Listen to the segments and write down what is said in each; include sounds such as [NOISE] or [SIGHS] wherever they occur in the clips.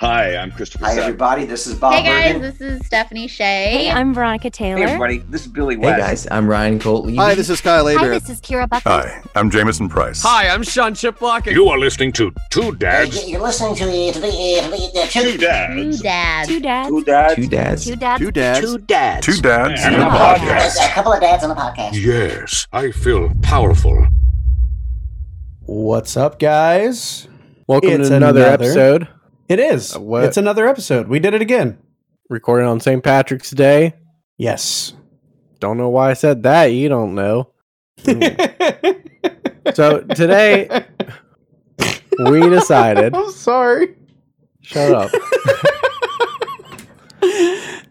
Hi, I'm Christopher. Hi, Sapp. everybody. This is Bob hey guys, Bergen. this is Stephanie Shea. Hey, I'm Veronica Hey, Taylor. everybody. This is Billy Hey West. guys, I'm Ryan Colt. Hi, this is Kyle Hi, Abraham. this is Kira Buckley. Hi, I'm Jameson Price. Hi, I'm Sean Chiplock. You are listening to Two Uh, Dads. You're listening to the, to the, to the, the Two Two Dads. dads. Two dads. Two dads. two dads. Two dads. Two dads. Two dads. Two dads And and a a podcast. a couple of dads on the podcast. Yes, I feel powerful. What's up, guys? Welcome It's to another, another- episode. It is. Uh, what? It's another episode. We did it again. Recorded on St. Patrick's Day. Yes. Don't know why I said that. You don't [LAUGHS] know. So today we decided. [LAUGHS] I'm sorry. Shut up. [LAUGHS]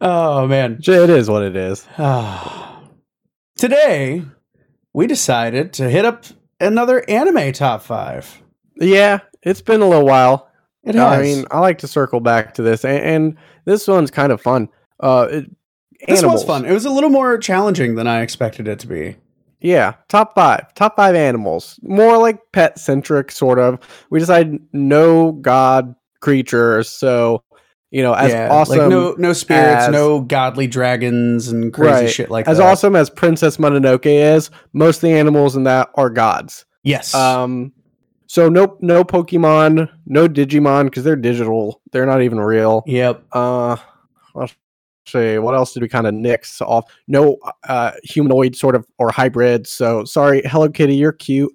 Oh, man. J- It is what it is. Ah. Today, we decided to hit up another anime top five. Yeah, it's been a little while. It I has. mean, I like to circle back to this, and, and this one's kind of fun. Uh, it, this animals. was fun. It was a little more challenging than I expected it to be. Yeah, top five, top five animals, more like pet centric, sort of. We decided no god creatures, so you know, Oh, as yeah, awesome, like no no spirits, as- no godly dragons and crazy Right. shit like as that. awesome as Princess Mononoke is, most of the animals in that are gods. Yes. Um, so no, no Pokemon, no Digimon because they're digital; they're not even real. yep. Uh, let's see, what else did we kind of nix off? No uh, humanoid sort of or hybrid. So sorry, Hello Kitty, you're cute,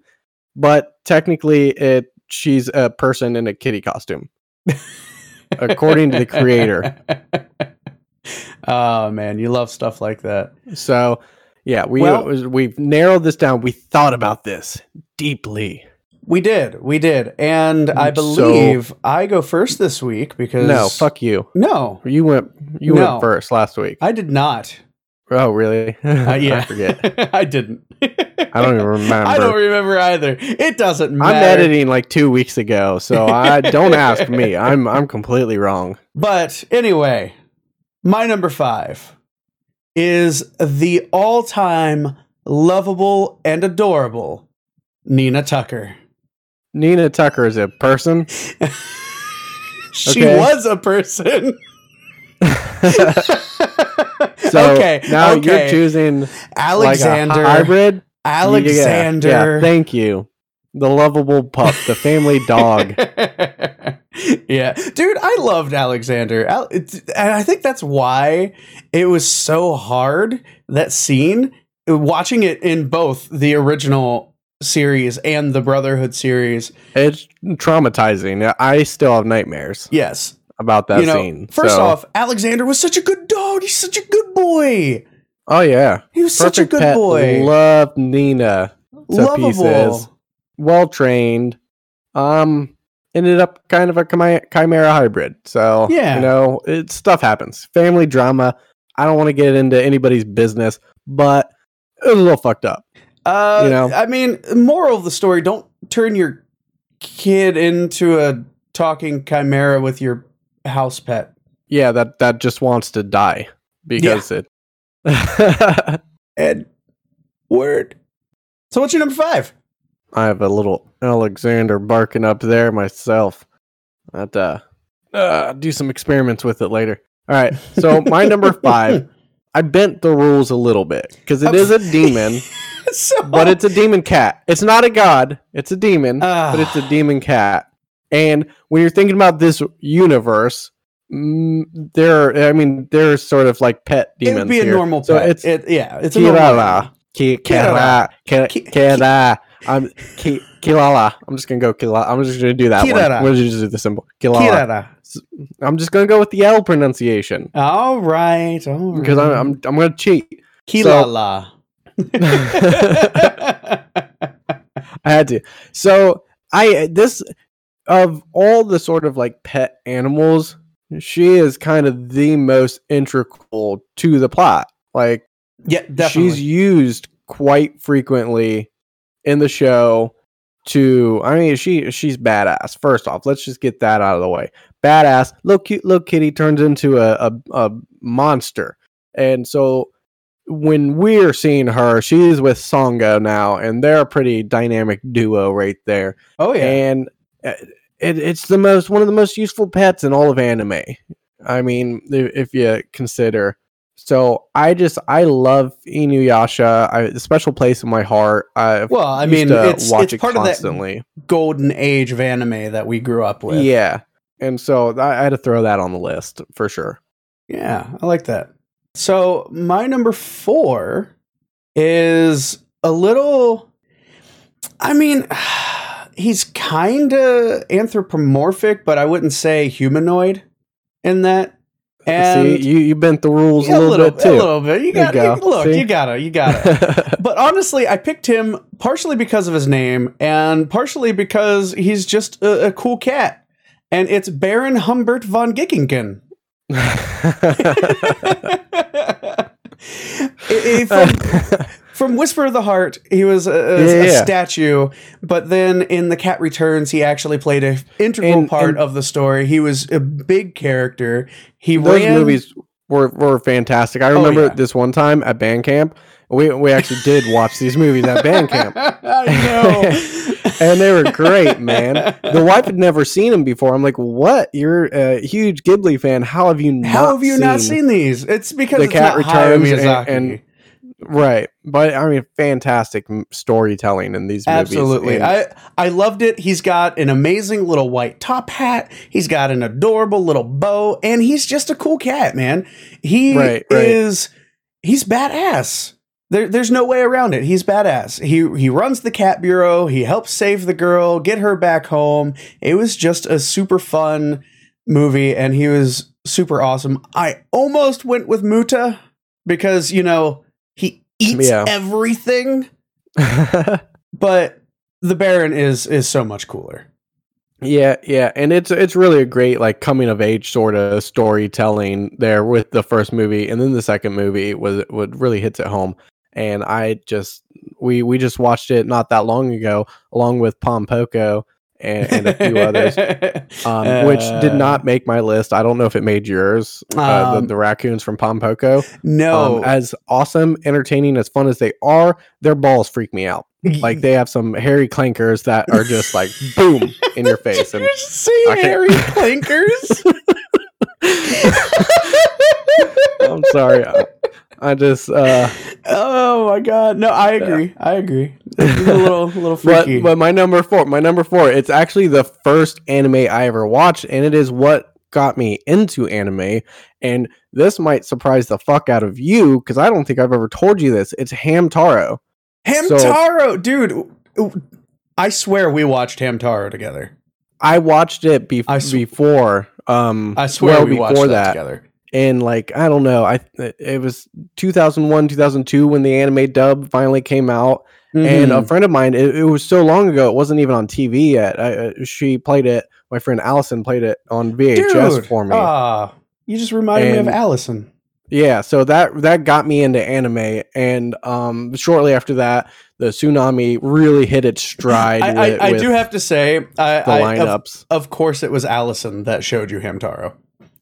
but technically, it she's a person in a kitty costume, according to the creator. [LAUGHS] oh man, you love stuff like that. So yeah, we Well- we've narrowed this down. We thought about this deeply. We did, we did, and I So- believe I go first this week because No, fuck you. no, You went you No. went first last week. I did not. oh really? Uh, [LAUGHS] yeah, I forget. [LAUGHS] I didn't. I don't even remember. [LAUGHS] I don't remember either. It doesn't matter. I'm editing like two weeks ago, so I [LAUGHS] don't ask me. I'm I'm completely wrong. But anyway, my number five is the all time lovable and adorable Nina Tucker. Nina Tucker is a [LAUGHS] person. She Okay. was a person. [LAUGHS] So [LAUGHS] okay. now okay. you're choosing Alexander. like a hybrid. Alexander. Yeah, yeah, thank you. The lovable pup, the [LAUGHS] family dog. yeah, dude, I loved Alexander, Al- it's- and I think that's why it was so hard that scene. Watching it in both the original series and the Brotherhood series, It's traumatizing. I still have nightmares yes, about that you know, scene. First So- off, Alexander was such a good dog. He's such a good boy. oh yeah, He was such a good pet. boy. Love Nina. to pieces. Lovable. well trained. Um, ended up kind of a chima- chimera hybrid. So Yeah. you know, it stuff happens. Family drama. I don't want to get into anybody's business, but it was a little fucked up. Uh, You know? I mean, moral of the story: don't turn your kid into a talking chimera with your house pet. Yeah, that that just wants to die because it. And word. So, what's your number five? [LAUGHS] [LAUGHS] I have a little Alexander barking up there myself. I have to uh, do some experiments with it later. All right, so my number five. I bent the rules a little bit because it is a demon. so, but it's a demon cat. It's not a god. It's a demon, Ah. but it's a demon cat. And when you're thinking about this universe, mm, there, are, I mean, there's sort of like pet it demons. would be a here. normal So pet. it's It- yeah, it's a normal. Kirala, Ki- Kirala. Kirala, Ki- Ki- Kirala. I'm Ki- Kilala. I'm just gonna go Kilala. I'm just gonna do that Kirala. one. We're just gonna do the symbol. Kilala. Kirara. I'm just gonna go with the L pronunciation All right, all right. because I'm, I'm I'm gonna cheat. [LAUGHS] Kilala. I had to. So I this of all the sort of like pet animals, she is kind of the most integral to the plot. Like [LAUGHS] yeah, definitely. she's used quite frequently in the show to I mean she she's badass. First off, let's just get that out of the way. Badass, little cute little kitty turns into a, a, a monster. And so when we're seeing her, she's with Songo now, and they're a pretty dynamic duo right there oh yeah. and uh, it, it's the most one of the most useful pets in all of anime. I mean, i- if you consider. So I just I love Inuyasha. I, a special place in my heart. I Well, I used mean, to it's, it's part constantly. of that golden age of anime that we grew up with. Yeah. And so I, I had to throw that on the list for sure. Yeah, I like that. So my number four is a little. I mean, [SIGHS] he's kind of anthropomorphic, but I wouldn't say humanoid in that. And See, you you've bent the rules Yeah, a, little bit too. A little bit. You There got you to go. look. See? You gotta. You gotta. but honestly, I picked him partially because of his name and partially because he's just a, a cool cat. And it's Baron Humbert von Gickingen. [LAUGHS] [LAUGHS] I- I- from, from Whisper of the Heart, he was a, a- Yeah, a yeah. statue, but then in The Cat Returns, he actually played an integral And- part and- of the story. He was a big character. He Those ran, Oh, movies were, were fantastic. I remember yeah. this one time at band camp. We we actually did watch these movies at band [LAUGHS] camp. I know. [LAUGHS] And they were great, man. [LAUGHS] The wife had never seen them before. I'm like, what? You're a huge Ghibli fan. How have you not How have you seen not seen these? It's because The it's Cat not Hayao Returns and- Miyazaki. and Right. But I mean, fantastic m- storytelling in these movies. Absolutely, And- I I loved it. He's got an amazing little white top hat. He's got an adorable little bow, and he's just a cool cat, man. He Right, right. is he's badass. There, there's no way around it. He's badass. He he runs the cat bureau. He helps save the girl, get her back home. It was just a super fun movie, and he was super awesome. I almost went with Muta because you know he eats Yeah. everything [LAUGHS] but the Baron is is so much cooler. Yeah, yeah, and it's it's really a great like coming of age sort of storytelling there with the first movie, and then the second movie was what really hits it home. And I just we we just watched it not that long ago, along with Pom Poko and, and a few [LAUGHS] others, um, which did Uh, not make my list. I don't know if it made yours. uh, um, the, the raccoons from Pom Poko, No, um, as awesome, entertaining, as fun as they are, their balls freak me out. [LAUGHS] Like they have some hairy clankers that are just like boom in your face Did and. you just say I can't- hairy [LAUGHS] clankers? I'm sorry. I, I just uh [LAUGHS] oh my god! No, I agree. I agree. It's a little little [LAUGHS] but, freaky. but my number 4, my number 4, it's actually the first anime I ever watched and it is what got me into anime and this might surprise the fuck out of you cuz I don't think I've ever told you this. It's Hamtaro. so- Hamtaro, dude. I swear we watched Hamtaro together. I watched it bef- I sw- before um I swear well we watched before that, that. together. in like I don't know, I it was 2001, 2002 when the anime dub finally came out and a Mhm. friend of mine it, it was so long ago it wasn't even on tv yet I, uh, she played it my friend allison played it on vhs Dude, for me ah, you just reminded me of And- Allison. yeah so that that got me into anime and um shortly after that the tsunami really hit its stride I, with, I, I with do have to say, I, the I, of lineups Of course, it was Allison that showed you Hamtaro.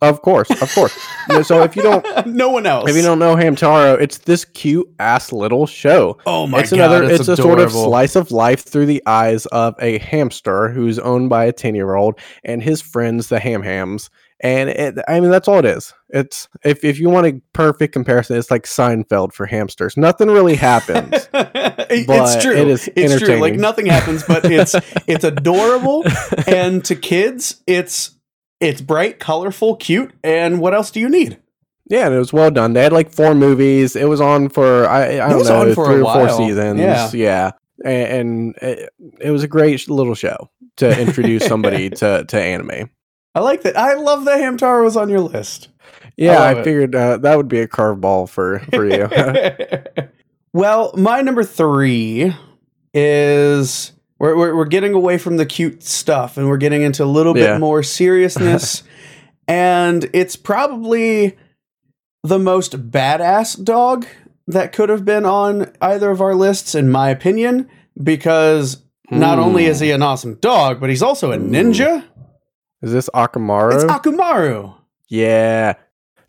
of course of [LAUGHS] course No, so if you don't no one else. if you don't know hamtaro it's this cute ass little show oh my it's god, another it's, it's, a sort of adorable. [LAUGHS] slice of life through the eyes of a hamster who's owned by a 10 year old and his friends the ham hams and it, i mean that's all it is it's if, if you want a perfect comparison it's like seinfeld for hamsters nothing really [LAUGHS] happens It- but it's true. it is it's true. Like entertaining. nothing happens, [LAUGHS] but it's it's adorable, and to kids, it's it's bright, colorful, cute, and what else do you need? yeah and it was well done they had like four movies it was on for i, I It don't was know on for a three or four while. seasons Yeah. A- and, it, it was a great sh- little show to introduce [LAUGHS] somebody to to anime I like that. I love that Hamtaro was on your list. Yeah, I I, love it. figured uh, that would be a curveball for for [LAUGHS] you. well, my number three is we're, we're, we're getting away from the cute stuff and we're getting into a little Yeah. bit [LAUGHS] more seriousness. and it's probably the most badass dog that could have been on either of our lists, in my opinion, because not only Hmm. is he an awesome dog, but he's also a Ooh. ninja. is this Akamaru? It's Akumaru. yeah.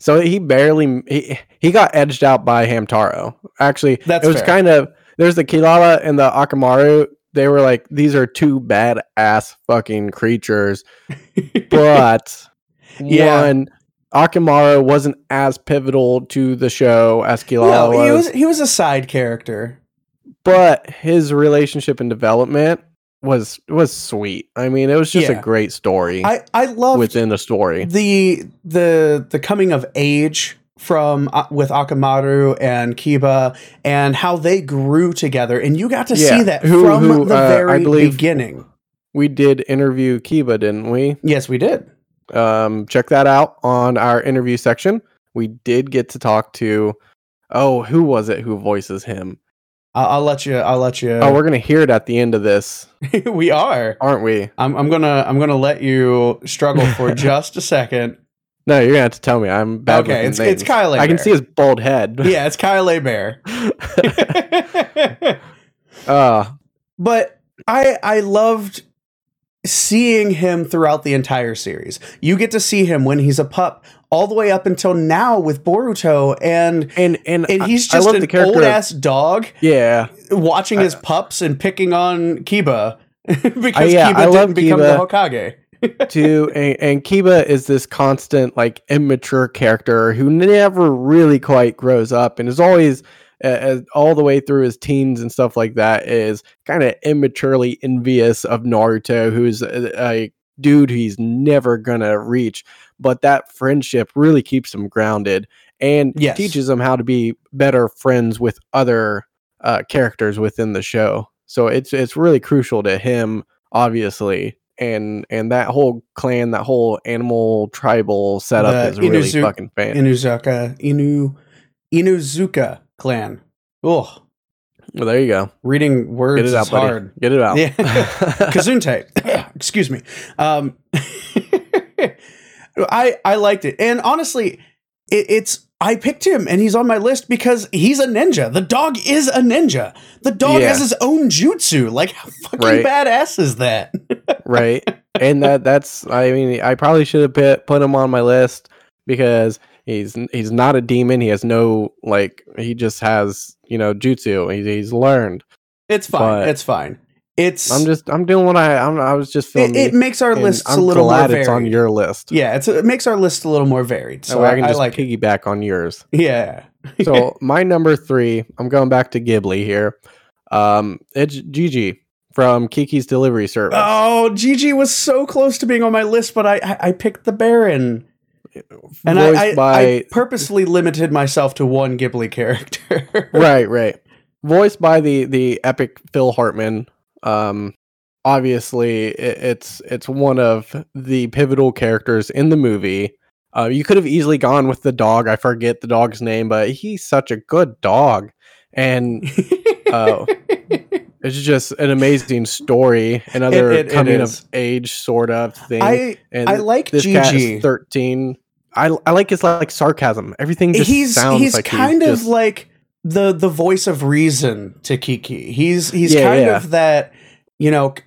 So he barely he he got edged out by Hamtaro. Actually, That's it was fair. kind of there's the Kilala and the Akamaru. they were like, these are two badass fucking [LAUGHS] creatures, but Yeah. one Akimaro wasn't as pivotal to the show as Kilala [LAUGHS] no, he was, was he was a side character. but his relationship and development was was sweet. I mean, it was just Yeah. a great story I I loved within the story. the the the coming of age from uh, with Akamaru and Kiba and how they grew together and you got to Yeah, see that who- from who, the uh, I very believe- beginning. We did interview Kiba, didn't we? Yes, we did. um, check that out on our interview section. We did get to talk to, oh, who was it who voices him? I'll, I'll let you. I'll let you. oh, we're gonna hear it at the end of this, [LAUGHS] we are. aren't we? I'm, I'm gonna. I'm gonna let you struggle [LAUGHS] for just a second. No, you're gonna have to tell me. I'm bad. okay, with it's names. it's Kyle. I can Bear. see his bald head. yeah, it's Kyle A. Bear. [LAUGHS] uh, but I I loved seeing him throughout the entire series. You get to see him when he's a pup, all the way up until now with Boruto, and and and, and I- he's I, just love an the character. old of- ass dog yeah, watching I- his pups and picking on Kiba [LAUGHS] I- because yeah, Kiba I didn't love become Kiba. the Hokage. too. And, and Kiba is this constant, like, immature character who never really quite grows up and is always, uh, uh, all the way through his teens and stuff like that, is kind of immaturely envious of Naruto, who's a, a dude he's never going to reach. But that friendship really keeps him grounded and Yes. teaches him how to be better friends with other uh, characters within the show. So it's it's really crucial to him, obviously, and and that whole clan, that whole animal tribal setup The is really Inuzu- fucking fan. Inuzuka, Inu, Inuzuka clan. Oh, well, there you go. reading Get words it is out, buddy. hard. Get it out. [LAUGHS] Yeah. [LAUGHS] Kazunte. [COUGHS] Excuse me. Um, [LAUGHS] I I liked it, and honestly, it, it's I picked him, and he's on my list because he's a ninja. The dog is a ninja. The dog Yeah. has his own jutsu. Like how fucking Right. badass is that? [LAUGHS] right? And that that's I mean I probably should have put put him on my list because he's he's not a demon. He has no like he just has you know jutsu. He's, he's learned. It's fine. But- it's fine. It's I'm just I'm doing what I I'm, I was just it, filming. it makes our lists I'm a little more glad varied. it's on your list. yeah, it's, it makes our list a little more varied. so So I I, can I just like it. piggyback on yours. Yeah. So [LAUGHS] my number three, I'm going back to Ghibli here. Um, it's Gigi from Kiki's Delivery Service. Oh, Gigi was so close to being on my list, but I I, I picked the Baron. And voiced I, I, by I purposely limited myself to one Ghibli character. [LAUGHS] right, right. Voiced by the the epic Phil Hartman. Um, obviously, i it's it's one of the pivotal characters in the movie. Uh, you could have easily gone with the dog. I forget the dog's name, but he's such a good dog, [LAUGHS] and uh, it's just an amazing story. Another It- it- it coming is. of age sort of thing. I and I like this cat is Gigi. thirteen. I, I like his like sarcasm. Everything just He's sounds he's like kind of just- like the the voice of reason to Kiki. He's he's Yeah, kind yeah. of that you know c-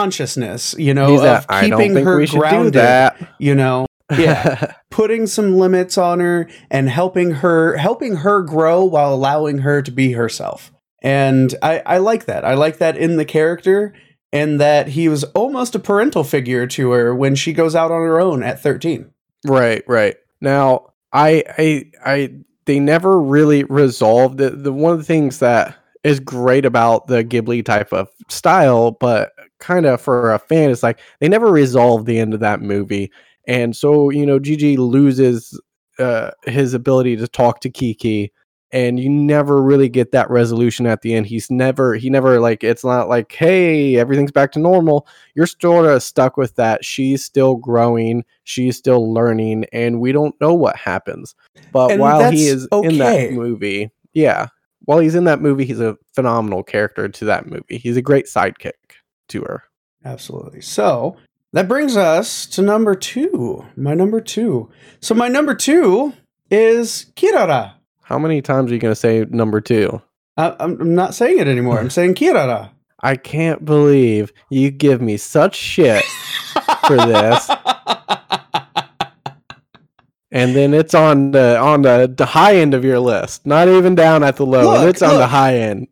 consciousness you know he's of that, keeping uh, I don't think her we should grounded. do that. [LAUGHS] [LAUGHS] You know, Yeah. putting some limits on her and helping her helping her grow while allowing her to be herself and i i like that i like that in the character and that he was almost a parental figure to her when she goes out on her own at 13 right, right. Now, I I I they never really resolved the, the one of the things that is great about the Ghibli type of style, but kind of for a fan, it's like they never resolved the end of that movie. And so, you know, Gigi loses uh, his ability to talk to Kiki, and you never really get that resolution at the end. He's never, he never like, it's not like, hey, everything's back to normal. You're sort of stuck with that. She's still growing, she's still learning, and we don't know what happens. But And while he that's is in that okay. movie, yeah, while he's in that movie, he's a phenomenal character to that movie. He's a great sidekick to her. absolutely so that brings us to number two my number two so my number two is kirara How many times are you going to say number two? I, I'm, I'm not saying it anymore i'm saying kirara I can't believe you give me such shit, [LAUGHS] For [LAUGHS] this. and then it's on the on the, the high end of your list. Not even down at the low, Look, and it's on the look. high end.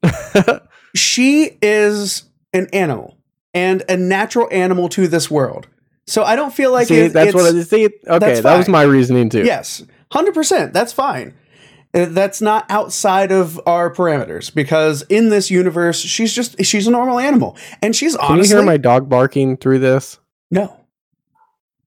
she is an animal and a natural animal to this world. So I don't feel [LAUGHS] like see, it- that's it's, what I see. Okay, that's that was fine. my reasoning too. Yes, hundred percent. That's fine. Uh, That's not outside of our parameters because in this universe, she's just she's a normal animal, and she's Can honestly you hear my dog barking through this? no. [LAUGHS]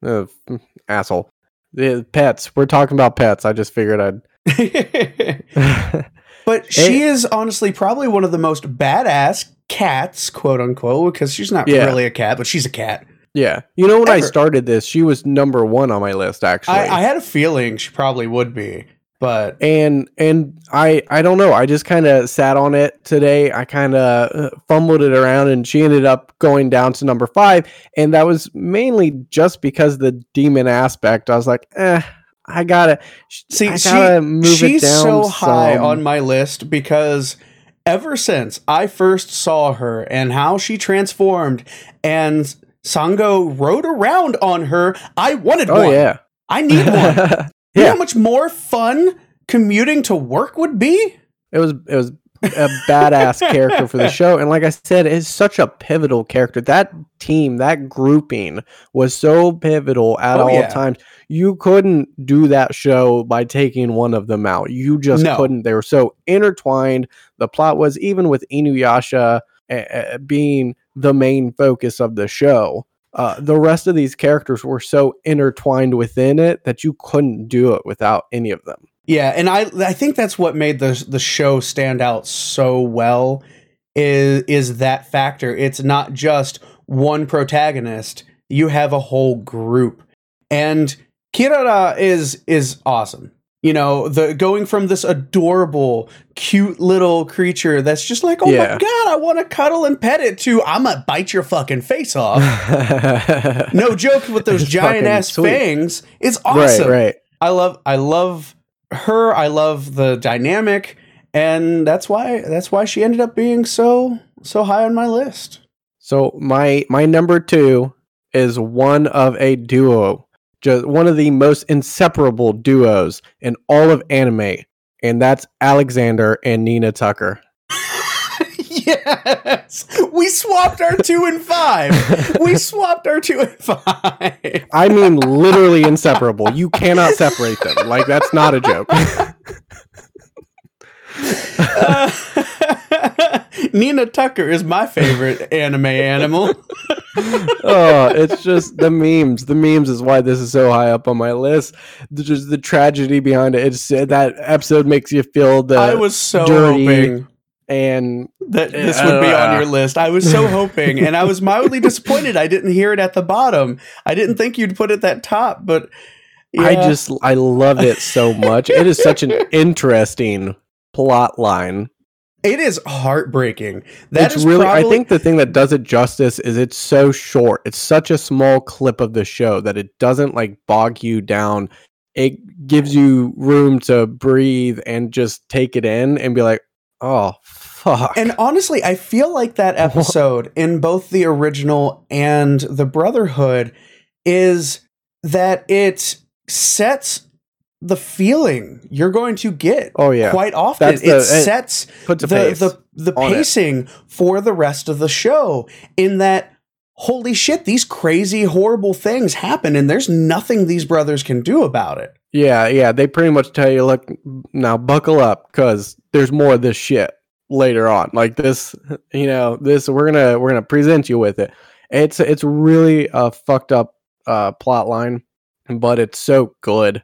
Uh, mm, asshole. The pets. We're talking about pets. I just figured [LAUGHS] I'd. [LAUGHS] but she is honestly probably one of the most badass cats, quote unquote, because she's not Yeah. really a cat, but she's a cat. yeah. You know when I Ever. started this, she was number one on my list actually. I, I had a feeling she probably would be, but and and I I don't know. I just kind of sat on it today. I kind of fumbled it around, and she ended up going down to number five. And that was mainly just because the demon aspect. I was like, eh, I gotta sh- See, I she- gotta move she's it down. so high some. on my list because ever since I first saw her and how she transformed and Sango rode around on her, I wanted one. Oh yeah, [LAUGHS] I need one. You know yeah. how much more fun commuting to work would be? It was it was a [LAUGHS] badass character for the show, and like I said, it's such a pivotal character. That team, that grouping was so pivotal at Oh, all yeah. times. You couldn't do that show by taking one of them out. You just No. couldn't. They were so intertwined. The plot was even with Inuyasha uh, uh, being the main focus of the show. Uh, the rest of these characters were so intertwined within it that you couldn't do it without any of them. Yeah, and I I think that's what made the the show stand out so well is is that factor. It's not just one protagonist. You have a whole group. And Kirara is is awesome. You know, the going from this adorable, cute little creature that's just like, "Oh Yeah. my god, I want to cuddle and pet it too. I'm gonna bite your fucking [LAUGHS] face off." no joke with those It's giant fucking ass sweet. fangs. It's awesome. Right, right. I love I love her. I love the dynamic, and that's why that's why she ended up being so so high on my list. [LAUGHS] So my my number two is one of a duo, just one of the most inseparable duos in all of anime, and that's Alexander and Nina Tucker. yes, we swapped our two and five. We swapped our two and five. I [LAUGHS] mean, literally inseparable. You cannot separate them. Like that's not a joke. [LAUGHS] Uh, [LAUGHS] Nina Tucker is my favorite anime animal. oh, it's just the memes. The memes is why this is so high up on my list. The- Just the tragedy behind it. It's that episode makes you feel the I was so dirty- hoping and that this I would don't be on know. [LAUGHS] your list. I was so hoping, and I was mildly disappointed I didn't hear it at the bottom. I didn't think you'd put it that top, but I yeah. just I love it so much. it is such [LAUGHS] an interesting plot line. it is heartbreaking. That's That's it's really I think the thing that does it justice is it's so short. It's such a small clip of the show that it doesn't like bog you down. It gives you room to breathe and just take it in and be like, "Oh, fuck." and honestly, I feel [LAUGHS] like that episode in both the original and the Brotherhood is that it sets the feeling you're going to get oh yeah. quite often. That's the- it it- sets Puts a the face. the the on it. pacing for the rest of the show in that holy shit these crazy horrible things happen and there's nothing these brothers can do about it yeah, yeah, they pretty much tell you, "Look, now buckle up cuz there's more of this shit later on." Like this, you know, this we're going to we're going to present you with it. It's it's really a fucked up uh plot line, but it's so good.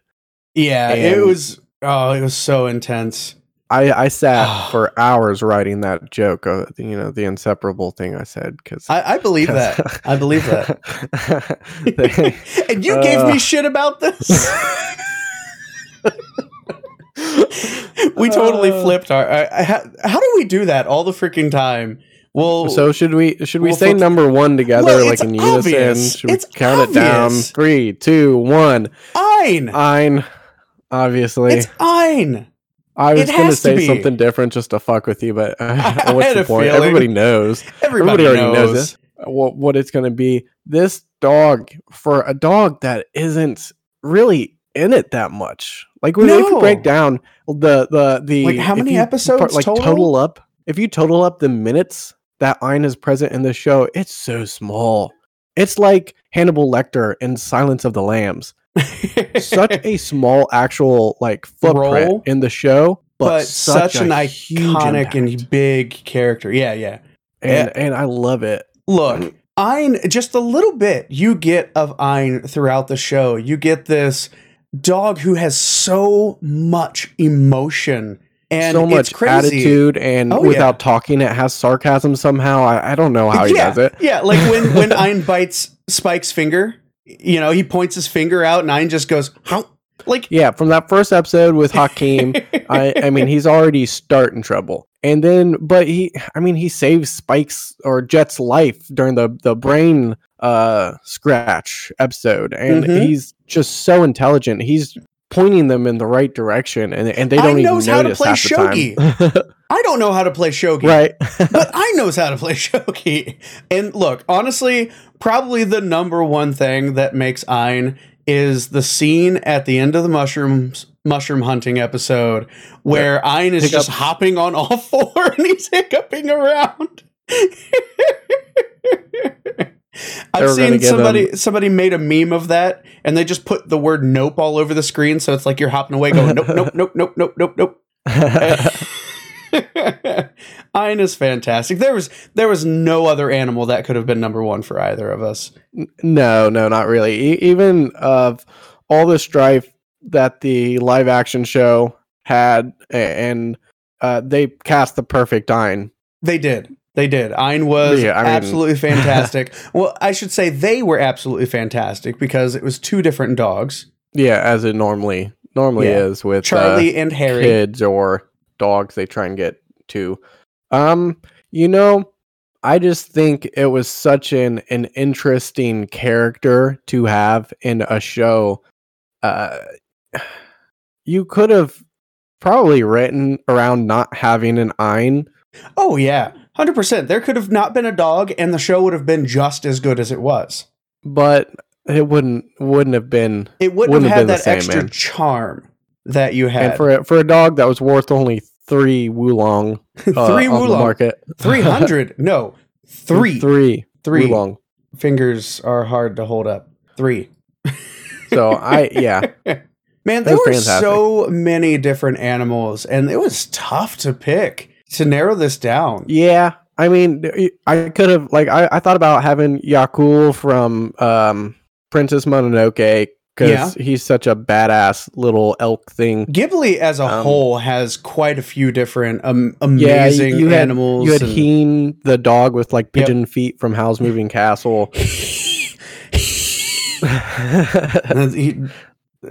yeah it And- was oh it was so intense I I [SIGHS] sat for hours writing that joke, uh, you know, the inseparable thing I said cuz i, [LAUGHS] I believe [LAUGHS] that i believe that and you gave Uh. me shit about [LAUGHS] this we totally Uh. flipped our I, I, how, how do we do that all the freaking time well [LAUGHS] So should we should we Well, say folks- number one together Well, like it's in unison? obvious. Should we It's count it down? obvious. Three, two, one. ein Ein. Obviously, it's ein I was it going to has to say be. something different just to fuck with you, [LAUGHS] but uh, I what's had the a point? feeling. Everybody knows Everybody Everybody, already knows knows. this. what what it's going to be. This dog for a dog that isn't really in it that much. Like when if you No. break down the the the Like, how if many you episodes like total? total up? If you total up the minutes that Aina is present in the show, it's so small. It's like Hannibal Lecter in Silence of the Lambs. Such a small actual like footprint Role? in the show, [LAUGHS] but, but such, an huge iconic impact. and big character. Yeah, yeah. and, and I love it. Look, Ein, just a little bit you get of Ein throughout the show. You get this dog who has so much emotion and so much it's crazy. attitude and Oh, yeah. without talking it has sarcasm somehow. I, I don't know how he [LAUGHS] yeah, does it. Yeah, [LAUGHS] like when when Ein bites Spike's finger, you know, he points his finger out and Ein just goes, "Huh?" like Yeah, from that first episode [LAUGHS] with Hakeem, I, I mean, he's already starting trouble. And then, but he, I mean, he saves Spike's or Jet's life during the, the brain uh, scratch episode. And Mhm. he's just so intelligent. He's pointing them in the right direction. And, and they I don't even knows notice how to play half the time. [LAUGHS] I don't know how to play [LAUGHS] shogi. right. [LAUGHS] but I knows how to play [LAUGHS] shogi. And look, honestly, probably the number one thing that makes Ein is the scene at the end of the mushrooms mushroom hunting episode where Ein is just Hiccups. hopping on all [LAUGHS] four and he's [LAUGHS] hiccuping around. I've were gonna seen give somebody somebody made a meme of that and they just put the word nope all over the screen so it's like you're hopping away going nope nope nope nope nope nope nope [LAUGHS] Ein is fantastic. There was there was no other animal that could have been number one for either of us. No, no, not really. E- even of all the strife that the live action show had, a- and uh, they cast the perfect Ein. They did. They did. Ein was Yeah, I mean- absolutely [LAUGHS] fantastic. well, I should say they were absolutely fantastic because it was two different dogs, Yeah, as it normally normally Yeah. is with Charlie and uh, Harry. kids or dogs. They try and get to. Um, you know, I just think it was such an an interesting character to have in a show. Uh, you could have probably written around not having an Ein. Oh yeah, hundred percent. There could have not been a dog, and the show would have been just as good as it was. but it wouldn't wouldn't have been It wouldn't, Wouldn't have been have had the that same, extra man. charm that you and had. for a, for a dog that was worth only three [LAUGHS] wulong uh, three on the wulong, market three hundred. [LAUGHS] No, three, three. three wulong fingers are hard to hold up. Three. so I yeah [LAUGHS] Man, there That's were fantastic. so many different animals, and it was tough to pick to narrow this down. yeah I mean I could have like I, I thought about having Yakul from um, Princess Mononoke because he's such a badass little elk thing. Ghibli as a Um, whole has quite a few different um, Yeah, you- amazing you had- animals. You had and- Heen, the dog with like Yep. pigeon feet from Howl's Moving [LAUGHS] Castle. [LAUGHS] and he-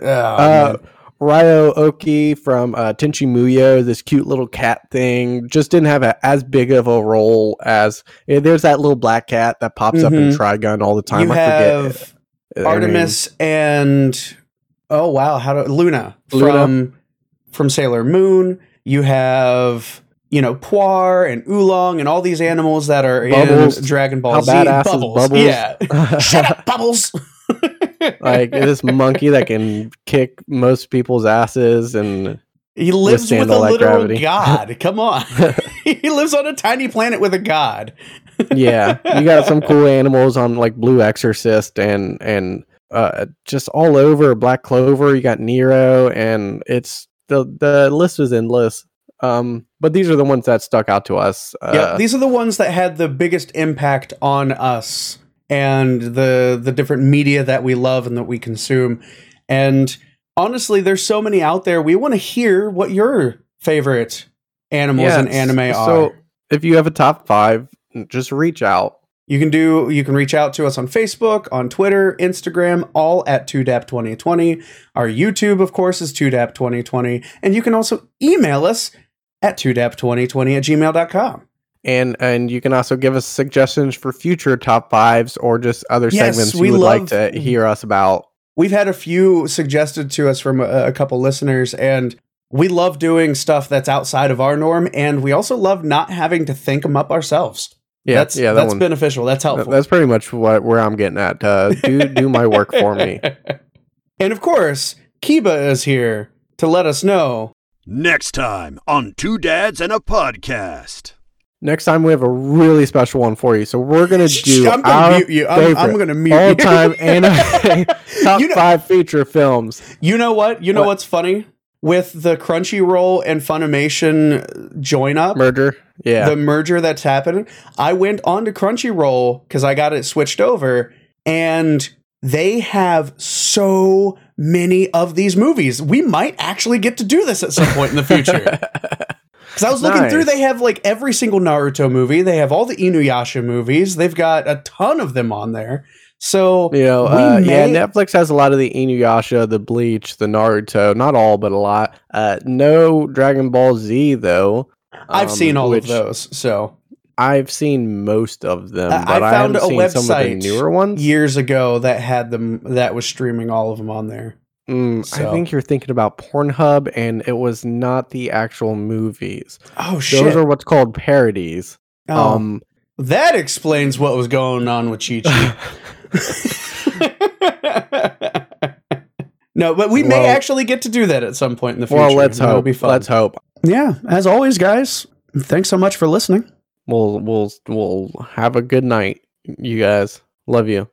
oh, Uh, man. Ryo Oki from uh, Tenchi Muyo, this cute little cat thing, just didn't have a, as big of a role as yeah, there's that little black cat that pops up in Mhm. Trigun all the time. you I have forget. Eh, I mean, Artemis [LAUGHS] and oh wow, how do Luna, Luna. from from Sailor Moon. You have you know Poir and Oolong and all these animals that are Bubbles. in Dragon Ball How Z. badass is bubbles. Bubbles? [LAUGHS] yeah. Shut up, Bubbles. [LAUGHS] like this monkey that can kick most people's asses, and [LAUGHS] he lives withstand with a all that literal gravity. [LAUGHS] god. Come on, [LAUGHS] he lives on a tiny planet with a god. yeah, you got [LAUGHS] some cool animals on like Blue Exorcist and and uh, just all over Black Clover. You got Nero, and it's the the list is endless. Um, but these are the ones that stuck out to us. Uh, yeah, these are the ones that had the biggest impact on us and the the different media that we love and that we consume. And honestly, there's so many out there. We want to hear what your favorite animals Yeah, and anime s- are. so- if you have a top five, just reach out. you can do you can reach out to us on Facebook, on Twitter, Instagram, all at 2dap2020. Our YouTube, of course, is 2dap2020. And you can also email us at 2dap2020 at gmail.com. And and you can also give us suggestions for future top fives or just other Yes, segments we you would like love- to hear us about. we've had a few suggested to us from a, a couple listeners and we love doing stuff that's outside of our norm and we also love not having to think them up ourselves Yeah, that's yeah, that that's one. beneficial that's helpful That's pretty much what where I'm getting at. Uh, do do my work for me. [LAUGHS] and of course kiba is here to let us know Next time on Two Dads and a Podcast. Next time we have a really special one for you. So we're gonna do I'm our gonna mute you. I'm, I'm favorite gonna mute you. all [LAUGHS] time anime top You know- five feature films. You know what? You know What? what's funny with the Crunchyroll and Funimation join up, Murder. Yeah. the merger that's happened. I went on to Crunchyroll because I got it switched over, and they have so many of these movies. We might actually get to do this at some point in [LAUGHS] the future. Because I was looking Nice. through, they have like every single Naruto movie. They have all the Inuyasha movies. They've got a ton of them on there. So you know, we uh, yeah, may- Netflix has a lot of the Inuyasha, the Bleach, the Naruto. Not all, but a lot. Uh, no Dragon Ball Z though. I've um, seen all which of those. So I've seen most of them, I- I but I, found haven't a seen some of the website newer ones. years ago that had them that was streaming all of them on there. Mm, I So- think you're thinking about Pornhub, and it was not the actual movies. Oh shit! Those are what's called parodies. Oh, Um, that explains what was going on with [LAUGHS] Chi Chi. no, but we may Well- actually get to do that at some point in the future. well, let's That'll hope. Be fun. Let's hope. yeah, as always, guys. Thanks so much for listening. We'll we'll we'll have a good night, you guys. Love you.